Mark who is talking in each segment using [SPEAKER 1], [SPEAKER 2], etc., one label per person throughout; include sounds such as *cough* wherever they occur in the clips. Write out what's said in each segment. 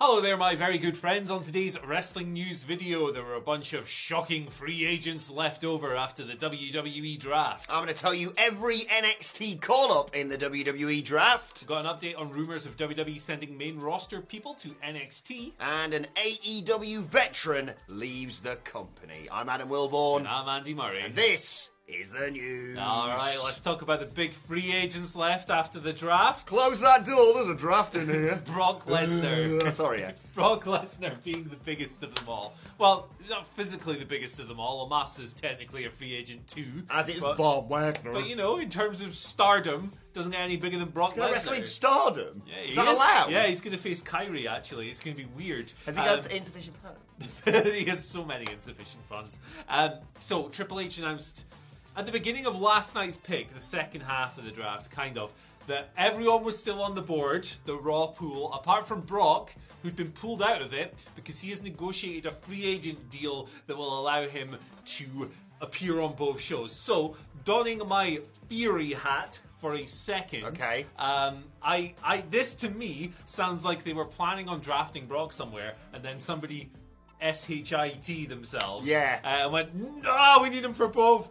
[SPEAKER 1] Hello there, my very good friends. On today's wrestling news video, there were a bunch of shocking free agents left over after the WWE draft.
[SPEAKER 2] I'm going to tell you every NXT call up in the WWE draft
[SPEAKER 1] Got an update on rumors of WWE sending main roster people to NXT.
[SPEAKER 2] and an AEW veteran leaves the company. I'm Adam Wilborn
[SPEAKER 1] And I'm Andy Murray.
[SPEAKER 2] and this is the news.
[SPEAKER 1] All right, let's talk about the big free agents left after the draft.
[SPEAKER 2] close that door. There's a draft in here. *laughs*
[SPEAKER 1] Brock Lesnar. *laughs*
[SPEAKER 2] Uh, Sorry, yeah.
[SPEAKER 1] Brock Lesnar being the biggest of them all. Well, not physically the biggest of them all. Amasa's technically a free agent too.
[SPEAKER 2] As it's
[SPEAKER 1] but,
[SPEAKER 2] Bob Wagner.
[SPEAKER 1] but you know, in terms of stardom, doesn't get any bigger than Brock
[SPEAKER 2] Gonna
[SPEAKER 1] Lesnar.
[SPEAKER 2] wrestle in stardom.
[SPEAKER 1] Yeah, he
[SPEAKER 2] is that allowed?
[SPEAKER 1] Yeah, he's going to face Kyrie, actually. It's going to be weird.
[SPEAKER 2] Has he
[SPEAKER 1] Um,
[SPEAKER 2] got insufficient funds?
[SPEAKER 1] *laughs* he has so many insufficient funds. Um, so Triple H announced at the beginning of last night's pick, the second half of the draft, kind of, that everyone was still on the board, the Raw pool, apart from Brock, who'd been pulled out of it because he has negotiated a free agent deal that will allow him to appear on both shows. So, donning my Fury hat for a second.
[SPEAKER 2] Okay.
[SPEAKER 1] Um, I, I, this to me sounds like they were planning on drafting Brock somewhere, and then somebody shit themselves.
[SPEAKER 2] Yeah.
[SPEAKER 1] uh, and went, no, we need him for both.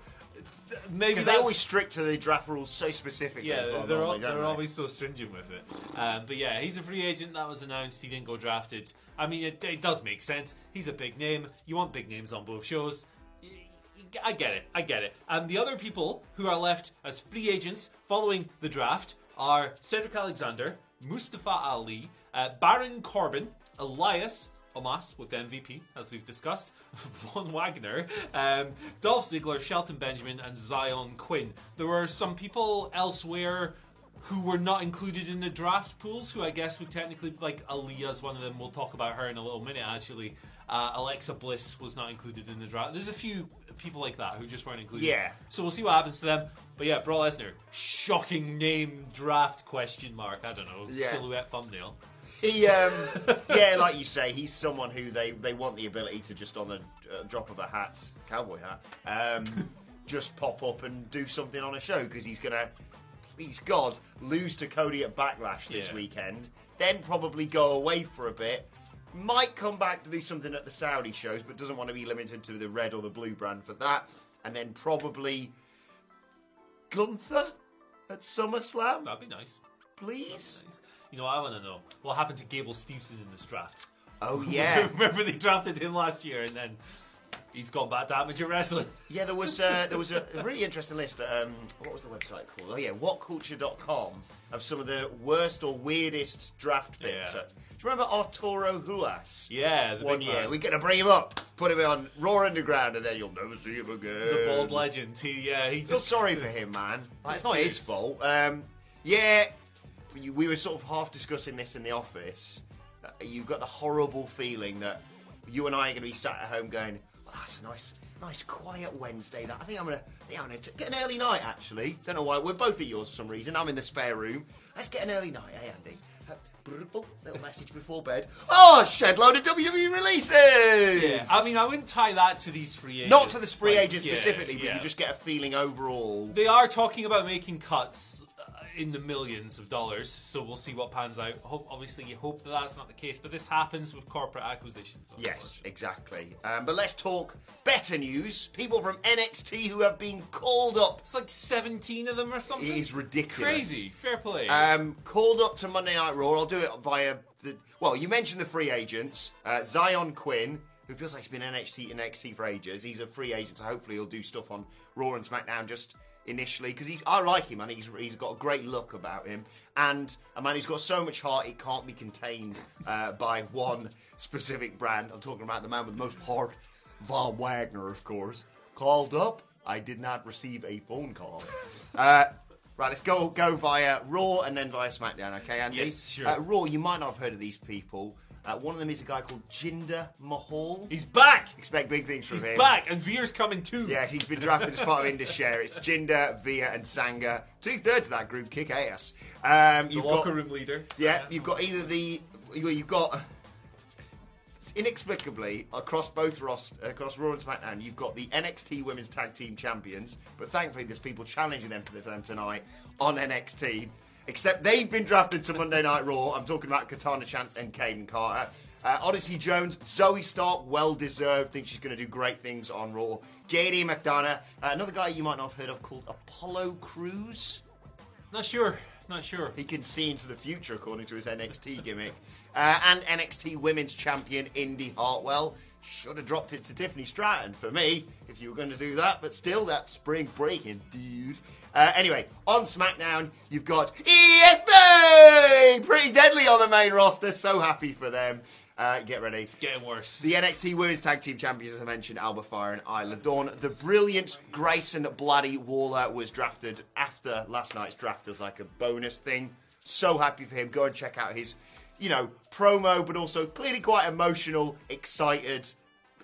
[SPEAKER 1] Th- Maybe
[SPEAKER 2] Because
[SPEAKER 1] that's,
[SPEAKER 2] they always strict to the draft rules so specifically.
[SPEAKER 1] yeah,
[SPEAKER 2] Bob,
[SPEAKER 1] they're,
[SPEAKER 2] aren't
[SPEAKER 1] al-
[SPEAKER 2] they, don't
[SPEAKER 1] they're
[SPEAKER 2] they?
[SPEAKER 1] always so stringent with it. Um, but yeah, he's a free agent that was announced. He didn't go drafted. I mean, it, it does make sense. He's a big name. You want big names on both shows. Y- y- I get it. I get it. And the other people who are left as free agents following the draft are Cedric Alexander, Mustafa Ali, uh, Baron Corbin, Elias. Omas with the MVP, as we've discussed, *laughs* Von Wagner, um, Dolph Ziggler, Shelton Benjamin, and Zion Quinn. There were some people elsewhere who were not included in the draft pools, who I guess would technically like Aaliyah's one of them. We'll talk about her in a little minute. Actually, uh, Alexa Bliss was not included in the draft. There's a few people like that who just weren't included.
[SPEAKER 2] Yeah.
[SPEAKER 1] So we'll see what happens to them. But yeah, Brock Lesnar, shocking name draft question mark. I don't know
[SPEAKER 2] Yeah.
[SPEAKER 1] silhouette thumbnail.
[SPEAKER 2] He, um, yeah, like you say, he's someone who they, they want the ability to just on the uh, drop of a hat, cowboy hat, um, just pop up and do something on a show because he's gonna, please God, lose to Cody at Backlash this
[SPEAKER 1] Yeah.
[SPEAKER 2] weekend, then probably go away for a bit. Might come back to do something at the Saudi shows, but doesn't want to be limited to the red or the blue brand for that. And then probably Gunther at SummerSlam,
[SPEAKER 1] That'd be nice.
[SPEAKER 2] please.
[SPEAKER 1] You know, I want to know what happened to Gable Steveson in this draft. *laughs*
[SPEAKER 2] Oh yeah.
[SPEAKER 1] Remember they drafted him last year, and then he's gone back to amateur wrestling. *laughs*
[SPEAKER 2] Yeah, there was uh, there was a really interesting list. At, um, what was the website called? Oh yeah, whatculture.com of some of the worst or weirdest draft picks.
[SPEAKER 1] Yeah.
[SPEAKER 2] Uh, do you remember Arturo Huas?
[SPEAKER 1] Yeah, the
[SPEAKER 2] one
[SPEAKER 1] big
[SPEAKER 2] year
[SPEAKER 1] man.
[SPEAKER 2] we're gonna bring him up, put him on Raw Underground, and then you'll never see him again.
[SPEAKER 1] the bald legend. He, yeah, he
[SPEAKER 2] Feel
[SPEAKER 1] just
[SPEAKER 2] sorry for him, man. Like, it's not
[SPEAKER 1] weird.
[SPEAKER 2] his fault. Um, yeah, we, we were sort of half discussing this in the office. Uh, you've got the horrible feeling that you and I are going to be sat at home going, well, "That's a nice, nice quiet Wednesday." That I think I'm going to, I think I'm going to get an early night. Actually, don't know why. We're both at yours for some reason. I'm in the spare room. Let's get an early night, eh, Andy? Uh, brrrr, little message before bed. Oh, shed load of WWE releases.
[SPEAKER 1] Yeah, I mean, I wouldn't tie that to these free agents.
[SPEAKER 2] Not to the free
[SPEAKER 1] Like,
[SPEAKER 2] agent
[SPEAKER 1] yeah,
[SPEAKER 2] specifically, but
[SPEAKER 1] yeah.
[SPEAKER 2] you just get a feeling overall.
[SPEAKER 1] They are talking about making cuts. Uh, in the millions of dollars, so we'll see what pans out. Hope, obviously, you hope that that's not the case, but this happens with corporate acquisitions.
[SPEAKER 2] Yes, exactly. Um, but let's talk better news. People from NXT who have been called up.
[SPEAKER 1] It's like 17 of them or something.
[SPEAKER 2] It is ridiculous.
[SPEAKER 1] Crazy. Fair play.
[SPEAKER 2] Um, called up to Monday Night Raw. I'll do it via the. Well, you mentioned the free agents. Uh, Zion Quinn, who feels like he's been NXT and NXT for ages. He's a free agent, so hopefully he'll do stuff on Raw and SmackDown just initially because he's. I like him. I think he's, he's got a great look about him, and a man who's got so much heart it can't be contained uh, by one specific brand. I'm talking about the man with the most heart, Von Wagner, of course. Called up. I did not receive a phone call. Uh, Right, let's go go via Raw and then via SmackDown, okay, Andy?
[SPEAKER 1] Yes, sure.
[SPEAKER 2] Uh, Raw, you might not have heard of these people. Uh, one of them is a guy called Jinder Mahal.
[SPEAKER 1] He's back.
[SPEAKER 2] Expect big things from
[SPEAKER 1] He's
[SPEAKER 2] him.
[SPEAKER 1] back, and Veer's coming too.
[SPEAKER 2] Yeah, he's been drafted as part of Indeshare. It's Jinder, Via, and Sangha. Two thirds of that group kick ass. Um,
[SPEAKER 1] the
[SPEAKER 2] you've
[SPEAKER 1] locker
[SPEAKER 2] got,
[SPEAKER 1] room leader.
[SPEAKER 2] Yeah, you've got either the well, you've got inexplicably across both Ross, across Raw and SmackDown, you've got the NXT Women's Tag Team Champions, but thankfully there's people challenging them for them tonight on NXT. Except they've been drafted to Monday Night Raw. I'm talking about Katana Chance and Caden Carter. Uh, Odyssey Jones, Zoe Stark, well deserved. Think she's going to do great things on Raw. JD McDonough, uh, another guy you might not have heard of called Apollo Cruz.
[SPEAKER 1] Not sure. Not sure.
[SPEAKER 2] He can see into the future, according to his NXT gimmick. Uh, and NXT Women's Champion Indy Hartwell. Should have dropped it to Tiffany Stratton for me if you were going to do that, but still, that's spring breaking, dude. Uh, anyway, on SmackDown, you've got ESB! Pretty deadly on the main roster, so happy for them. Uh, get ready.
[SPEAKER 1] Getting worse.
[SPEAKER 2] The NXT Women's Tag Team Champions, as I mentioned, Alba Fire and Isla Dawn. The brilliant Grayson Bladdy Waller was drafted after last night's draft as like a bonus thing. So happy for him. Go and check out his, you know, promo, but also clearly quite emotional, excited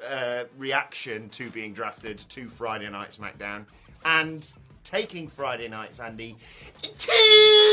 [SPEAKER 2] uh, reaction to being drafted to Friday Night SmackDown. And taking Friday Night's Andy to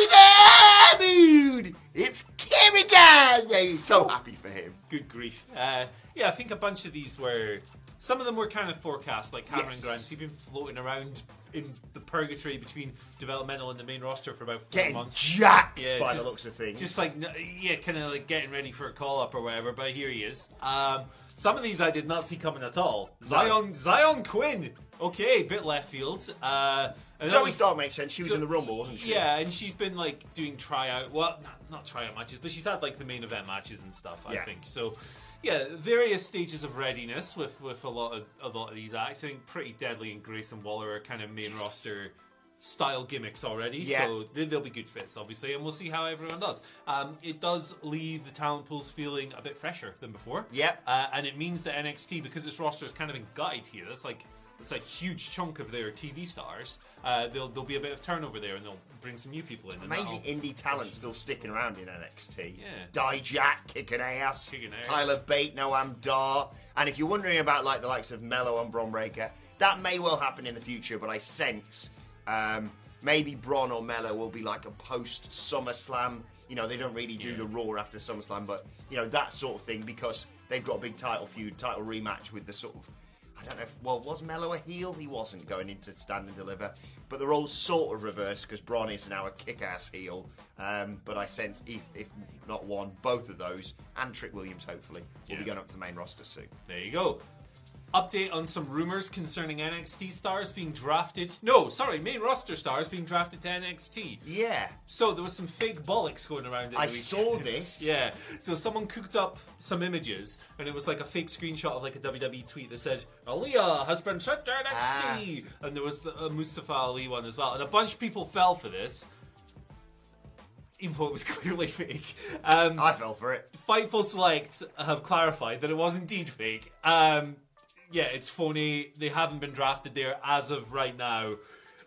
[SPEAKER 2] the mood. It's Kerrigan, baby. So happy for him.
[SPEAKER 1] Good grief. Uh, yeah, I think a bunch of these were. Some of them were kind of forecast, like Cameron
[SPEAKER 2] Yes.
[SPEAKER 1] Grimes. He'd been floating around in the purgatory between developmental and the main roster for about four
[SPEAKER 2] getting
[SPEAKER 1] months.
[SPEAKER 2] jacked by the looks of things.
[SPEAKER 1] Just like n- yeah, kind of like getting ready for a call up or whatever. But here he is. Um, some of these I did not see coming at all. Zion Zion Quinn. Okay, bit left field. Uh, and that
[SPEAKER 2] Zoe
[SPEAKER 1] was-
[SPEAKER 2] Stark makes sense. She was
[SPEAKER 1] so-
[SPEAKER 2] in the Rumble, wasn't she?
[SPEAKER 1] Yeah, and she's been like doing tryout. Well, not, not tryout matches, but she's had like the main event matches and stuff. I
[SPEAKER 2] Yeah.
[SPEAKER 1] think so. Yeah, various stages of readiness with with a lot of a lot of these acts. I think pretty deadly and Grace and Waller are kind of main roster style gimmicks already.
[SPEAKER 2] Yeah.
[SPEAKER 1] So they, they'll be good fits, obviously, and we'll see how everyone does. Um, it does leave the talent pools feeling a bit fresher than before.
[SPEAKER 2] Yep.
[SPEAKER 1] Uh, and it means that NXT, because its roster is kind of in gutted here, that's like that's a huge chunk of their TV stars. Uh, there'll, there'll be a bit of turnover there, and they'll bring some new people in. and
[SPEAKER 2] Amazing
[SPEAKER 1] that'll-
[SPEAKER 2] indie talent still sticking around in NXT.
[SPEAKER 1] Yeah.
[SPEAKER 2] Dijak kicking ass.
[SPEAKER 1] Kicking ass.
[SPEAKER 2] Tyler Bate, Noam Dar. And if you're wondering about like the likes of Mello and Bron Breaker, that may well happen in the future, but I sense um, maybe Bron or Mello will be like a post SummerSlam. You know, they don't really do the Raw after SummerSlam, but you know, that sort of thing because they've got a big title feud, title rematch with the sort of I don't know. If, well, was Mello a heel? He wasn't going into stand and deliver, but the roles sort of reversed because Bron is now a kick-ass heel. Um, but I sense if, if not one, both of those, and Trick Williams hopefully will be
[SPEAKER 1] Yeah.
[SPEAKER 2] going up to main roster soon.
[SPEAKER 1] There you go. Update on some rumors concerning NXT stars being drafted. No, sorry, main roster stars being drafted to NXT.
[SPEAKER 2] Yeah,
[SPEAKER 1] So there was some fake bollocks going around. at
[SPEAKER 2] I
[SPEAKER 1] the *laughs*
[SPEAKER 2] saw
[SPEAKER 1] weekend.
[SPEAKER 2] this.
[SPEAKER 1] Yeah. So someone cooked up some images, and it was like a fake screenshot of like a WWE tweet that said Aaliyah has been sent to NXT,
[SPEAKER 2] Ah.
[SPEAKER 1] and there was a Mustafa Ali one as well, and a bunch of people fell for this. Even though it was *laughs* clearly fake. Um,
[SPEAKER 2] I fell for it.
[SPEAKER 1] Fightful Select have clarified that it was indeed fake. Um, yeah, it's phony. They haven't been drafted there as of right now.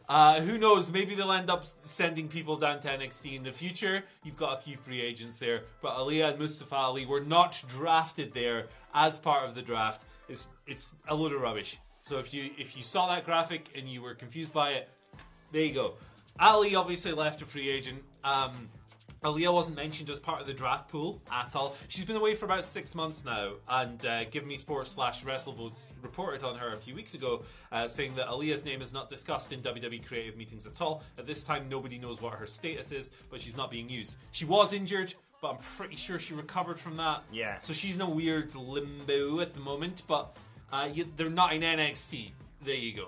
[SPEAKER 1] Uh, who knows? Maybe they'll end up s- sending people down to NXT in the future. You've got a few free agents there, but Aliyah and Mustafa Ali were not drafted there as part of the draft. It's it's a load of rubbish. So if you if you saw that graphic and you were confused by it, there you go. Ali obviously left a free agent. Um, Aaliyah wasn't mentioned as part of the draft pool at all. She's been away for about six months now, and uh, Give Me Sports slash WrestleVotes reported on her a few weeks ago, uh, saying that Aaliyah's name is not discussed in WWE creative meetings at all. At this time, nobody knows what her status is, but she's not being used. She was injured, but I'm pretty sure she recovered from that.
[SPEAKER 2] Yeah.
[SPEAKER 1] So she's in a weird limbo at the moment, but uh, you, they're not in NXT. There you go.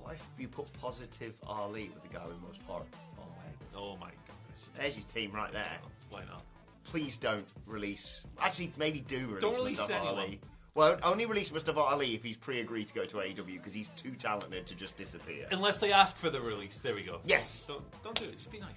[SPEAKER 2] What if you put positive Ali with the guy with most horror? Oh my.
[SPEAKER 1] Oh my goodness.
[SPEAKER 2] There's your team right there.
[SPEAKER 1] Why not?
[SPEAKER 2] Please don't release. Actually, maybe do release.
[SPEAKER 1] Don't release
[SPEAKER 2] Mustafa
[SPEAKER 1] anyone.
[SPEAKER 2] Ali. Well, only release Mustafa Ali if he's pre-agreed to go to AEW because he's too talented to just disappear.
[SPEAKER 1] Unless they ask for the release. There we go.
[SPEAKER 2] Yes.
[SPEAKER 1] Don't, don't do it. Just be nice.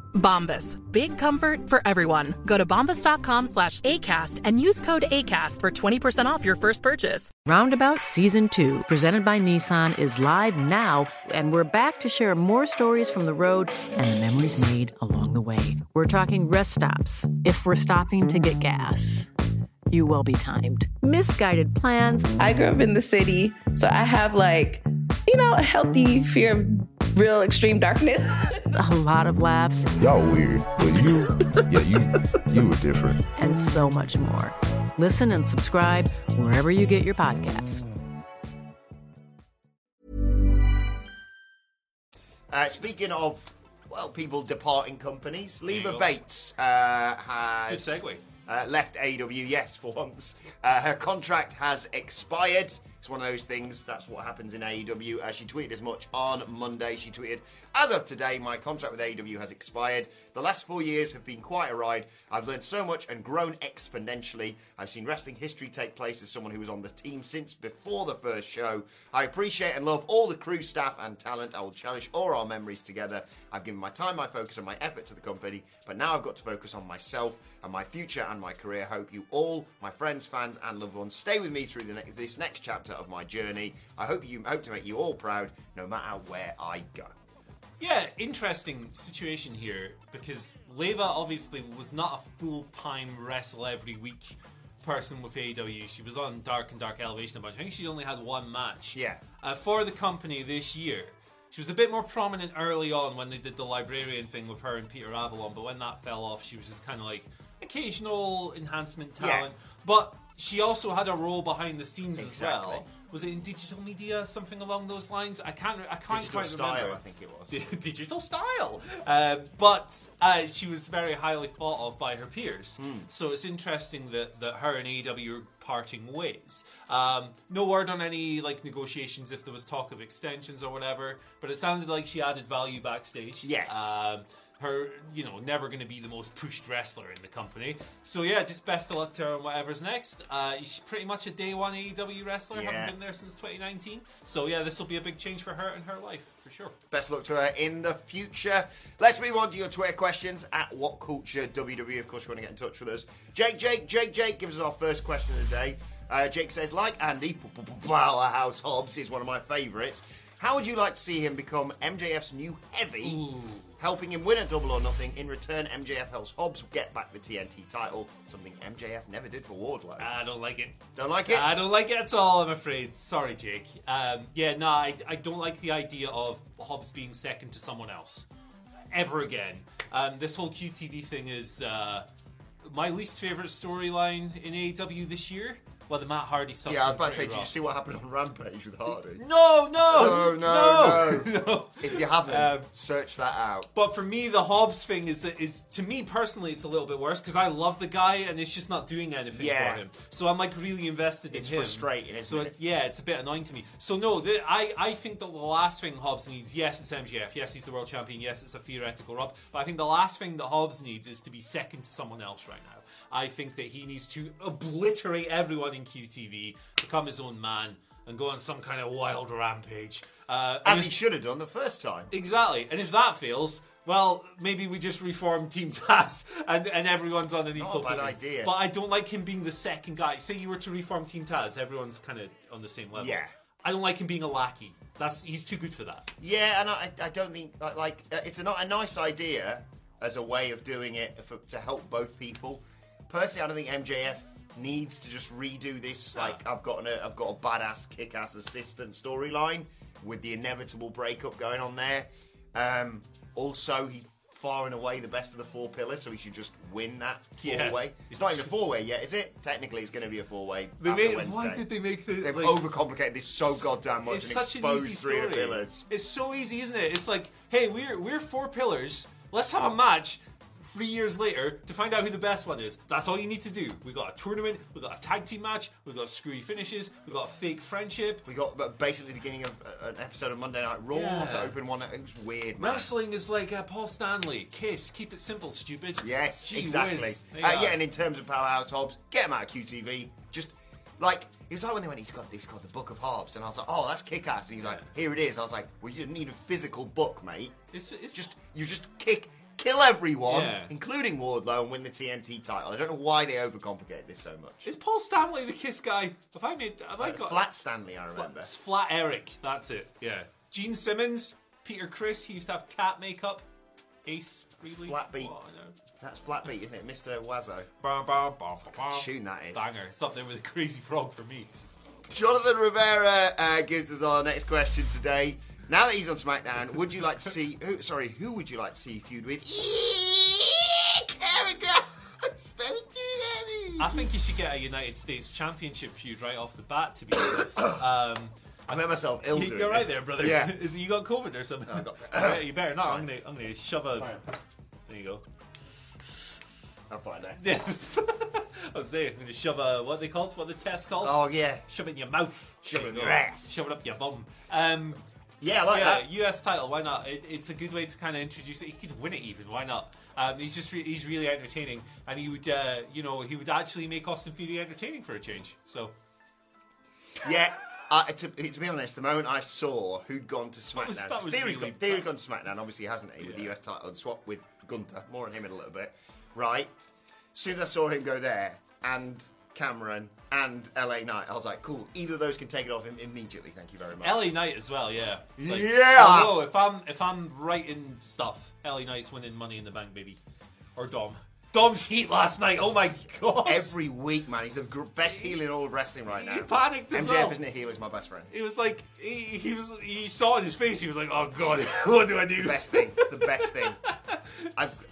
[SPEAKER 3] Bombas. Big comfort for everyone. Go to bombas.com slash ACAST and use code ACAST for 20% off your first purchase.
[SPEAKER 4] Roundabout Season 2, presented by Nissan, is live now, and we're back to share more stories from the road and the memories made along the way. We're talking rest stops. If we're stopping to get gas, you will be timed. Misguided plans.
[SPEAKER 5] I grew up in the city, so I have like, you know, a healthy fear of real extreme darkness. *laughs*
[SPEAKER 4] a lot of laughs,
[SPEAKER 6] Y'all weird, but you, yeah, you, you were different.
[SPEAKER 4] and so much more. Listen and subscribe wherever you get your podcasts.
[SPEAKER 2] Uh, speaking of, well, people departing companies,
[SPEAKER 1] you
[SPEAKER 2] Leva
[SPEAKER 1] go.
[SPEAKER 2] Bates uh, has
[SPEAKER 1] Good segue.
[SPEAKER 2] Uh, left AW. Yes, for once, uh, her contract has expired. It's one of those things. That's what happens in AEW. Uh, she tweeted as much on Monday. She tweeted, "As of today, my contract with AEW has expired. The last four years have been quite a ride. I've learned so much and grown exponentially. I've seen wrestling history take place as someone who was on the team since before the first show. I appreciate and love all the crew, staff, and talent. I will cherish all our memories together. I've given my time, my focus, and my effort to the company, but now I've got to focus on myself and my future and my career. Hope you all, my friends, fans, and loved ones, stay with me through the ne- this next chapter of my journey. I hope you hope to make you all proud, no matter where I go.
[SPEAKER 1] Yeah, interesting situation here because Leva obviously was not a full time wrestle every week person with AEW. She was on Dark and Dark Elevation a bunch. I think she only had one match.
[SPEAKER 2] Yeah.
[SPEAKER 1] Uh, for the company this year. She was a bit more prominent early on when they did the librarian thing with her and Peter Avalon, but when that fell off, she was just kind of like occasional enhancement
[SPEAKER 2] Yeah.
[SPEAKER 1] talent. But she also had a role behind the scenes as
[SPEAKER 2] Exactly.
[SPEAKER 1] well. Was it in digital media, something along those lines? I can't. re- I can't
[SPEAKER 2] Digital
[SPEAKER 1] quite
[SPEAKER 2] style,
[SPEAKER 1] remember.
[SPEAKER 2] I think it was.
[SPEAKER 1] digital style. Uh, but uh, she was very highly thought of by her peers.
[SPEAKER 2] Hmm.
[SPEAKER 1] So it's interesting that, that her and AEW are parting ways. Um, no word on any like negotiations if there was talk of extensions or whatever, but it sounded like she added value backstage.
[SPEAKER 2] Yes.
[SPEAKER 1] Um, her, you know, never going to be the most pushed wrestler in the company. So yeah, just best of luck to her on whatever's next. Uh, she's pretty much a day one AEW wrestler.
[SPEAKER 2] Yeah.
[SPEAKER 1] Haven't been there since 2019. So yeah, this will be a big change for her and her life for sure.
[SPEAKER 2] Best luck to her in the future. Let's move on to your Twitter questions at What Culture WWE. Of course, you want to get in touch with us. Jake, Jake, Jake, Jake gives us our first question of the day. Uh, Jake says, like Andy, House Hobbs is one of my favourites. How would you like to see him become MJF's new heavy, helping him win a double or nothing? In return, MJF helps Hobbs get back the TNT title, something MJF never did for Wardlow.
[SPEAKER 1] I don't like it.
[SPEAKER 2] Don't like it?
[SPEAKER 1] I don't like it at all, I'm afraid. Sorry, Jake. Um, yeah, no, I, I don't like the idea of Hobbs being second to someone else ever again. Um, this whole QTV thing is uh, my least favorite storyline in AEW E this year. Well, the Matt Hardy stuff.
[SPEAKER 2] Yeah, I was about to say, did you see what happened on Rampage with Hardy?
[SPEAKER 1] No, no,
[SPEAKER 2] no, no,
[SPEAKER 1] no.
[SPEAKER 2] no. If you haven't,
[SPEAKER 1] Um,
[SPEAKER 2] search that out.
[SPEAKER 1] But for me, the Hobbs thing is is to me personally, it's a little bit worse because I love the guy and it's just not doing anything
[SPEAKER 2] Yeah.
[SPEAKER 1] for him. So I'm like really invested
[SPEAKER 2] It's
[SPEAKER 1] in him.
[SPEAKER 2] frustrating, isn't
[SPEAKER 1] so
[SPEAKER 2] it?
[SPEAKER 1] Yeah, it's a bit annoying to me. So no, the, I I think that the last thing Hobbs needs, yes, it's MGF, yes, he's the world champion, yes, it's a theoretical rub, but I think the last thing that Hobbs needs is to be second to someone else right now. I think that he needs to obliterate everyone in QTV, become his own man, and go on some kind of wild rampage. Uh,
[SPEAKER 2] As he should have done the first time.
[SPEAKER 1] Exactly. And if that fails, well, maybe we just reform Team *laughs* TAS and, and everyone's on an
[SPEAKER 2] Not a
[SPEAKER 1] equal
[SPEAKER 2] bad
[SPEAKER 1] footing.
[SPEAKER 2] idea.
[SPEAKER 1] But I don't like him being the second guy. Say you were to reform Team TAS, everyone's kind of on the same level.
[SPEAKER 2] Yeah.
[SPEAKER 1] I don't like him being a lackey. That's he's too good for that.
[SPEAKER 2] Yeah, and I, I don't think like, like uh, it's a, not a nice idea as a way of doing it for, to help both people. Personally, I don't think MJF needs to just redo this.
[SPEAKER 1] Ah.
[SPEAKER 2] Like I've got an, a, I've got a badass kick-ass assistant storyline with the inevitable breakup going on there. Um, also, he's far and away the best of the four pillars, so he should just win that
[SPEAKER 1] Yeah.
[SPEAKER 2] four-way. It's not even a four-way yet, is it? Technically, it's going to be a four-way.
[SPEAKER 1] They
[SPEAKER 2] after
[SPEAKER 1] made-
[SPEAKER 2] Wednesday.
[SPEAKER 1] why did they make the-
[SPEAKER 2] They've
[SPEAKER 1] like-
[SPEAKER 2] overcomplicated this so goddamn much
[SPEAKER 1] it's
[SPEAKER 2] and
[SPEAKER 1] such an
[SPEAKER 2] exposed
[SPEAKER 1] easy
[SPEAKER 2] three
[SPEAKER 1] story.
[SPEAKER 2] of the pillars.
[SPEAKER 1] It's so easy, isn't it? It's like, hey, we're we're four pillars. Let's have a match. Three years later, to find out who the best one is. That's all you need to do. We got a tournament. We got a tag team match. We got screwy finishes. We got a fake friendship.
[SPEAKER 2] We got uh, basically the beginning of uh, an episode of Monday Night Raw
[SPEAKER 1] Yeah.
[SPEAKER 2] to open one. It was weird, man.
[SPEAKER 1] Wrestling is like uh, Paul Stanley. Kiss. Keep it simple, stupid.
[SPEAKER 2] Yes,
[SPEAKER 1] Gee
[SPEAKER 2] exactly.
[SPEAKER 1] whiz. There you
[SPEAKER 2] Uh,
[SPEAKER 1] are.
[SPEAKER 2] yeah, and in terms of powerhouse Hobbs, get him out of QTV. Just like it was like when they went, he's got he's called the Book of Hobbs, and I was like, oh, that's kick ass. And he's like, here it is. I was like, well, you didn't need a physical book, mate.
[SPEAKER 1] It's, it's
[SPEAKER 2] just you just kick, kill everyone,
[SPEAKER 1] Yeah.
[SPEAKER 2] including Wardlow, and win the TNT title. I don't know why they overcomplicate this so much.
[SPEAKER 1] Is Paul Stanley the Kiss guy? Have I made? Have I
[SPEAKER 2] Uh,
[SPEAKER 1] got
[SPEAKER 2] Flat Stanley, I remember.
[SPEAKER 1] Flat, Flat Eric. That's it. Yeah. Gene Simmons, Peter Chris. He used to have cat makeup. Ace Freely.
[SPEAKER 2] Flat beat.
[SPEAKER 1] Oh, no.
[SPEAKER 2] That's Flatbeat, isn't it, Mister Wazzo?
[SPEAKER 1] Bah, bah, bah, bah, bah.
[SPEAKER 2] Tune that is.
[SPEAKER 1] Banger. It's up there with a crazy frog for me.
[SPEAKER 2] Jonathan Rivera uh, gives us our next question today. Now that he's on SmackDown, would you like to see? Who, sorry, who would you like to see feud with? Eek! There we go. *laughs* I'm spelling too heavy.
[SPEAKER 1] I think you should get a United States Championship feud right off the bat. To be honest. *coughs* Um,
[SPEAKER 2] I made myself ill.
[SPEAKER 1] You- *laughs*
[SPEAKER 2] doing
[SPEAKER 1] You're right
[SPEAKER 2] this.
[SPEAKER 1] there, brother. *laughs*
[SPEAKER 2] Yeah.
[SPEAKER 1] Is you got COVID or something?
[SPEAKER 2] I got-
[SPEAKER 1] *laughs* Yeah, you better not. I'm gonna, I'm gonna shove a. There you go.
[SPEAKER 2] I'll find out.
[SPEAKER 1] Yeah. I was there. I'm gonna shove a what they called what the test called.
[SPEAKER 2] Oh, yeah.
[SPEAKER 1] Shove it in your mouth.
[SPEAKER 2] Shove it in
[SPEAKER 1] There you
[SPEAKER 2] your
[SPEAKER 1] go.
[SPEAKER 2] ass. Uh-huh.
[SPEAKER 1] Shove it up your bum. Um.
[SPEAKER 2] Yeah, I like
[SPEAKER 1] yeah,
[SPEAKER 2] that.
[SPEAKER 1] US title. Why not? It, it's a good way to kind of introduce it. He could win it even. Why not? Um, he's just re- he's really entertaining, and he would uh, you know he would actually make Austin Fury entertaining for a change. So
[SPEAKER 2] Yeah. Uh, to, to be honest, the moment I saw who'd gone to SmackDown,
[SPEAKER 1] was- that was
[SPEAKER 2] Theory's
[SPEAKER 1] really
[SPEAKER 2] gone, Theory's
[SPEAKER 1] bad.
[SPEAKER 2] gone to SmackDown, obviously hasn't he, with the US title and swap with Gunther. More on him in a little bit, right? As soon as I saw him go there and Cameron and LA Knight, I was like, cool. Either of those can take it off him immediately. Thank you very much.
[SPEAKER 1] LA Knight as well, yeah.
[SPEAKER 2] Yeah!
[SPEAKER 1] Although if I'm if I'm writing stuff, LA Knight's winning Money in the Bank, baby, or Dom. Dom's *laughs* heat last night. Oh my god!
[SPEAKER 2] Every week, man, he's the gr- best heel in all of wrestling right now.
[SPEAKER 1] He panicked as
[SPEAKER 2] MJF
[SPEAKER 1] well.
[SPEAKER 2] isn't a heel, is my best friend.
[SPEAKER 1] It was like he, he was he saw it in his face. He was like, oh god, *laughs* what do I do?
[SPEAKER 2] The best thing. It's the best
[SPEAKER 1] *laughs*
[SPEAKER 2] thing. I've,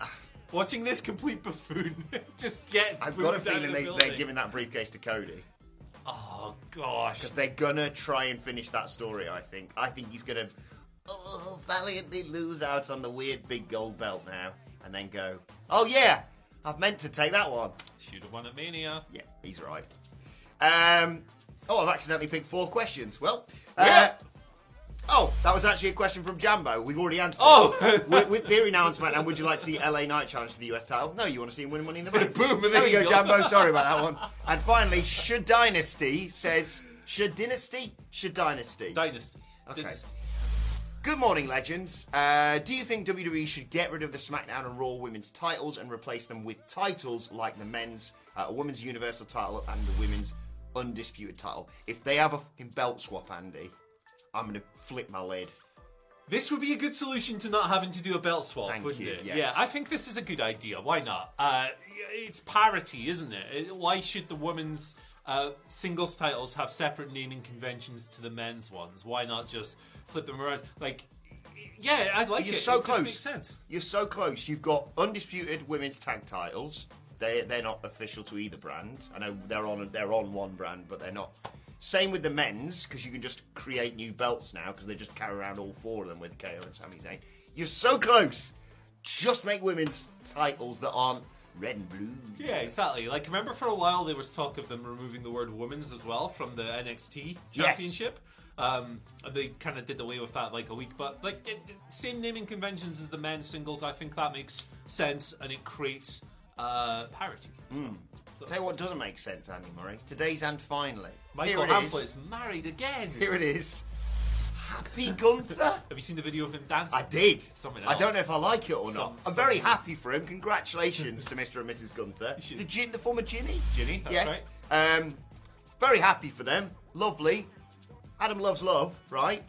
[SPEAKER 1] Watching this complete buffoon *laughs* just get.
[SPEAKER 2] I've
[SPEAKER 1] booed
[SPEAKER 2] got a
[SPEAKER 1] out of
[SPEAKER 2] feeling
[SPEAKER 1] the
[SPEAKER 2] they,
[SPEAKER 1] building.
[SPEAKER 2] they're giving that briefcase to Cody.
[SPEAKER 1] Oh gosh.
[SPEAKER 2] Because they're gonna try and finish that story. I think. I think he's gonna oh, valiantly lose out on the weird big gold belt now, and then go, "Oh yeah, I've meant to take that one."
[SPEAKER 1] Should have won at Mania.
[SPEAKER 2] Yeah, he's right. Um, oh, I've accidentally picked four questions. Well, uh,
[SPEAKER 1] Yeah.
[SPEAKER 2] Oh, that was actually a question from Jambo. We've already answered.
[SPEAKER 1] Oh. *laughs*
[SPEAKER 2] it. with, with theory now on SmackDown, would you like to see LA Knight challenge to the US title? No, you want to see him win Money in the Bank.
[SPEAKER 1] Boom, and
[SPEAKER 2] there
[SPEAKER 1] there
[SPEAKER 2] we
[SPEAKER 1] you
[SPEAKER 2] go,
[SPEAKER 1] go.
[SPEAKER 2] Jambo. Sorry about that one.
[SPEAKER 1] *laughs*
[SPEAKER 2] And finally, Should Dynasty says, Should Dynasty? Should Dynasty?
[SPEAKER 1] Dynasty.
[SPEAKER 2] Okay.
[SPEAKER 1] Dynasty.
[SPEAKER 2] Good morning, legends. Uh, do you think WWE should get rid of the SmackDown and Raw women's titles and replace them with titles like the men's, uh, women's Universal title and the women's Undisputed title? If they have a fucking belt swap, Andy, I'm going to flip my lid.
[SPEAKER 1] This would be a good solution to not having to do a belt swap,
[SPEAKER 2] Thank
[SPEAKER 1] wouldn't
[SPEAKER 2] you,
[SPEAKER 1] it?
[SPEAKER 2] yes.
[SPEAKER 1] Yeah, I think this is a good idea. Why not? Uh, it's parity, isn't it? It- Uh, Why should the women's uh, singles titles have separate naming conventions to the men's ones? Why not just flip them around? Like, yeah, I like
[SPEAKER 2] You're
[SPEAKER 1] it.
[SPEAKER 2] so
[SPEAKER 1] it
[SPEAKER 2] close.
[SPEAKER 1] Just makes sense.
[SPEAKER 2] You're so close. You've got Undisputed women's tag titles They they're not official to either brand. I know they're on they're on one brand, but they're not. Same with the men's because you can just create new belts now because they just carry around all four of them with KO and Sami Zayn. You're so close. Just make women's titles that aren't red and blue.
[SPEAKER 1] Yeah, exactly. Like, remember for a while there was talk of them removing the word women's as well from the NXT
[SPEAKER 2] Yes.
[SPEAKER 1] championship. Um, and they kind of did away with that like a week, but like it, it- same naming conventions as the men's singles. I think that makes sense and it creates uh, parity.
[SPEAKER 2] Mm. Tell you what doesn't make sense, Andy Murray. Today's and finally.
[SPEAKER 1] Michael
[SPEAKER 2] Here it is.
[SPEAKER 1] Hamlet is married again.
[SPEAKER 2] Here it is. Happy Gunther.
[SPEAKER 1] Have you seen the video of him dancing?
[SPEAKER 2] I did.
[SPEAKER 1] Something
[SPEAKER 2] I don't
[SPEAKER 1] else.
[SPEAKER 2] know if I like it or
[SPEAKER 1] Some-
[SPEAKER 2] not. I'm very happy for him. Congratulations to Mr. and Mrs. Gunther. The, gin, the former Ginny.
[SPEAKER 1] Ginny, that's
[SPEAKER 2] yes. Um, very happy for them. Lovely. Adam loves love, right?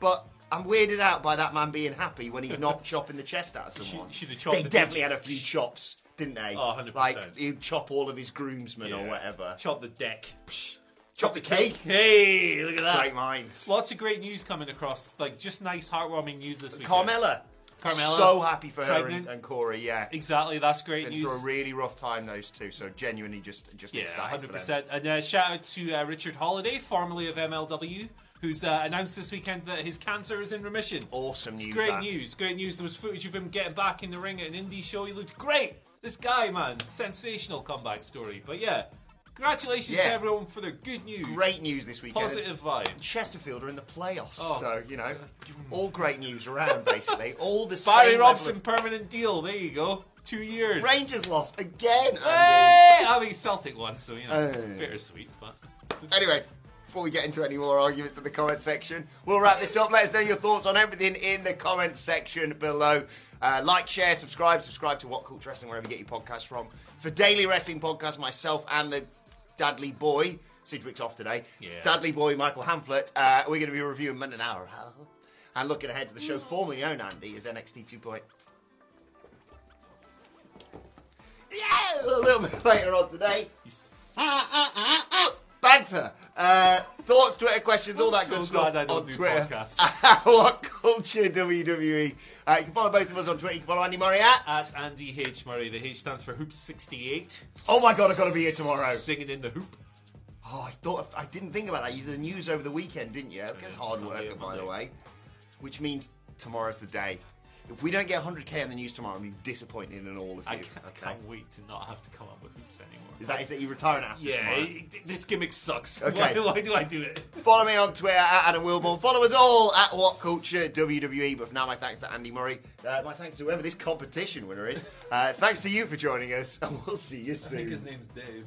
[SPEAKER 2] But I'm weirded out by that man being happy when
[SPEAKER 1] *laughs*
[SPEAKER 2] he's not chopping the chest out of someone.
[SPEAKER 1] should have chopped
[SPEAKER 2] they
[SPEAKER 1] the
[SPEAKER 2] definitely
[SPEAKER 1] deck.
[SPEAKER 2] had a few chops, didn't they?
[SPEAKER 1] Oh, 100%.
[SPEAKER 2] Like, he'd chop all of his groomsmen or
[SPEAKER 1] Yeah.
[SPEAKER 2] whatever.
[SPEAKER 1] Chop the deck. Psh.
[SPEAKER 2] Chop the cake.
[SPEAKER 1] Hey, look at that.
[SPEAKER 2] Great minds.
[SPEAKER 1] Lots of great news coming across. Like, just nice, heartwarming news this week.
[SPEAKER 2] Carmella.
[SPEAKER 1] Carmella.
[SPEAKER 2] So happy for her
[SPEAKER 1] Pregnant.
[SPEAKER 2] and, and Corey, yeah.
[SPEAKER 1] Exactly, that's great
[SPEAKER 2] Been
[SPEAKER 1] news.
[SPEAKER 2] through a really rough time, those two, so genuinely just, just
[SPEAKER 1] Yeah,
[SPEAKER 2] ecstatic for
[SPEAKER 1] hundred
[SPEAKER 2] them.
[SPEAKER 1] percent. And uh, shout out to uh, Richard Holiday, formerly of MLW, who's uh, announced this weekend that his cancer is in remission.
[SPEAKER 2] Awesome
[SPEAKER 1] It's
[SPEAKER 2] news,
[SPEAKER 1] great
[SPEAKER 2] that.
[SPEAKER 1] news. Great news. There was footage of him getting back in the ring at an indie show. He looked great. This guy, man, sensational comeback story. But yeah, congratulations to
[SPEAKER 2] Yeah.
[SPEAKER 1] everyone for their good news.
[SPEAKER 2] Great news this weekend.
[SPEAKER 1] Positive vibes.
[SPEAKER 2] Chesterfield are in the playoffs,
[SPEAKER 1] Oh.
[SPEAKER 2] so you know, all great news around. Basically, all the
[SPEAKER 1] Barry
[SPEAKER 2] same
[SPEAKER 1] Robson
[SPEAKER 2] level
[SPEAKER 1] permanent deal. There you go. Two years.
[SPEAKER 2] of- Rangers lost again.
[SPEAKER 1] Hey! I mean, Celtic won, so you know,
[SPEAKER 2] Hey.
[SPEAKER 1] bittersweet. But
[SPEAKER 2] Andy. Anyway, before we get into any more arguments in the comment section, we'll wrap this up. Let us know your thoughts on everything in the comment section below. Uh, like, share, subscribe, subscribe to What Culture Wrestling wherever you get your podcasts from. For daily wrestling podcasts, myself and the Dudley Boy. Sidgwick's off today.
[SPEAKER 1] Yeah.
[SPEAKER 2] Dudley Boy, Michael Hamlet. Uh, we're going to be reviewing Men an Hour. And looking ahead to the show formerly known, Andy, as NXT 2.0. Yeah, a little bit *laughs* later on today. Banter. Uh, thoughts, Twitter questions, all that
[SPEAKER 1] I'm
[SPEAKER 2] good
[SPEAKER 1] so
[SPEAKER 2] stuff
[SPEAKER 1] glad I don't
[SPEAKER 2] on
[SPEAKER 1] do
[SPEAKER 2] Twitter.
[SPEAKER 1] podcasts.
[SPEAKER 2] *laughs* what culture WWE? Uh, you can follow both of us on Twitter. You can follow Andy Murray at.
[SPEAKER 1] at Andy H Murray, the H stands for Hoop sixty eight.
[SPEAKER 2] Oh my God, I've gotta be here tomorrow.
[SPEAKER 1] Singing in the hoop.
[SPEAKER 2] Oh, I thought I didn't think about that. You did the news over the weekend, didn't you? It's hard
[SPEAKER 1] Sunday
[SPEAKER 2] work,
[SPEAKER 1] and
[SPEAKER 2] by the
[SPEAKER 1] Monday.
[SPEAKER 2] way. Which means tomorrow's the day. If we don't get 100k on the news tomorrow, I'm disappointed in all of you.
[SPEAKER 1] I can't, I
[SPEAKER 2] okay?
[SPEAKER 1] can't wait to not have to come up with hoops anymore.
[SPEAKER 2] Is that is that you retiring after
[SPEAKER 1] Yeah,
[SPEAKER 2] tomorrow?
[SPEAKER 1] it- this gimmick sucks. *laughs*
[SPEAKER 2] Okay.
[SPEAKER 1] Why, why do I do it?
[SPEAKER 2] Follow me on Twitter at Adam Wilborn. Follow us all at What Culture WWE. But for now, my thanks to Andy Murray. Uh, my thanks to whoever this competition winner is. Uh, thanks to you for joining us, and we'll see you
[SPEAKER 1] I
[SPEAKER 2] soon.
[SPEAKER 1] think his name's Dave.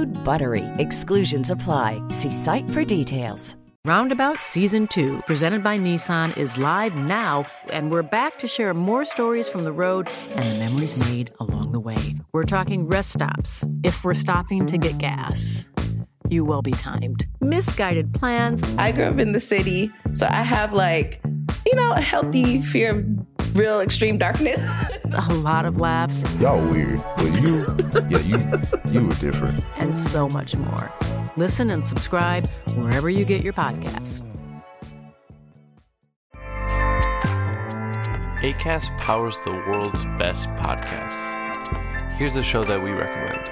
[SPEAKER 7] BUTTERY. Exclusions apply. See site for details.
[SPEAKER 4] Roundabout Season 2, presented by Nissan, is live now, and we're back to share more stories from the road and the memories made along the way. We're talking rest stops. If we're stopping to get gas, you will be timed. Misguided plans.
[SPEAKER 5] I grew up in the city, so I have like, you know, a healthy fear of real extreme darkness. *laughs*
[SPEAKER 4] a lot of laughs,
[SPEAKER 6] Y'all weird, but you, yeah, you, you were different.
[SPEAKER 4] and so much more. Listen and subscribe wherever you get your podcasts.
[SPEAKER 8] ACAST powers the world's best podcasts. Here's a show that we recommend.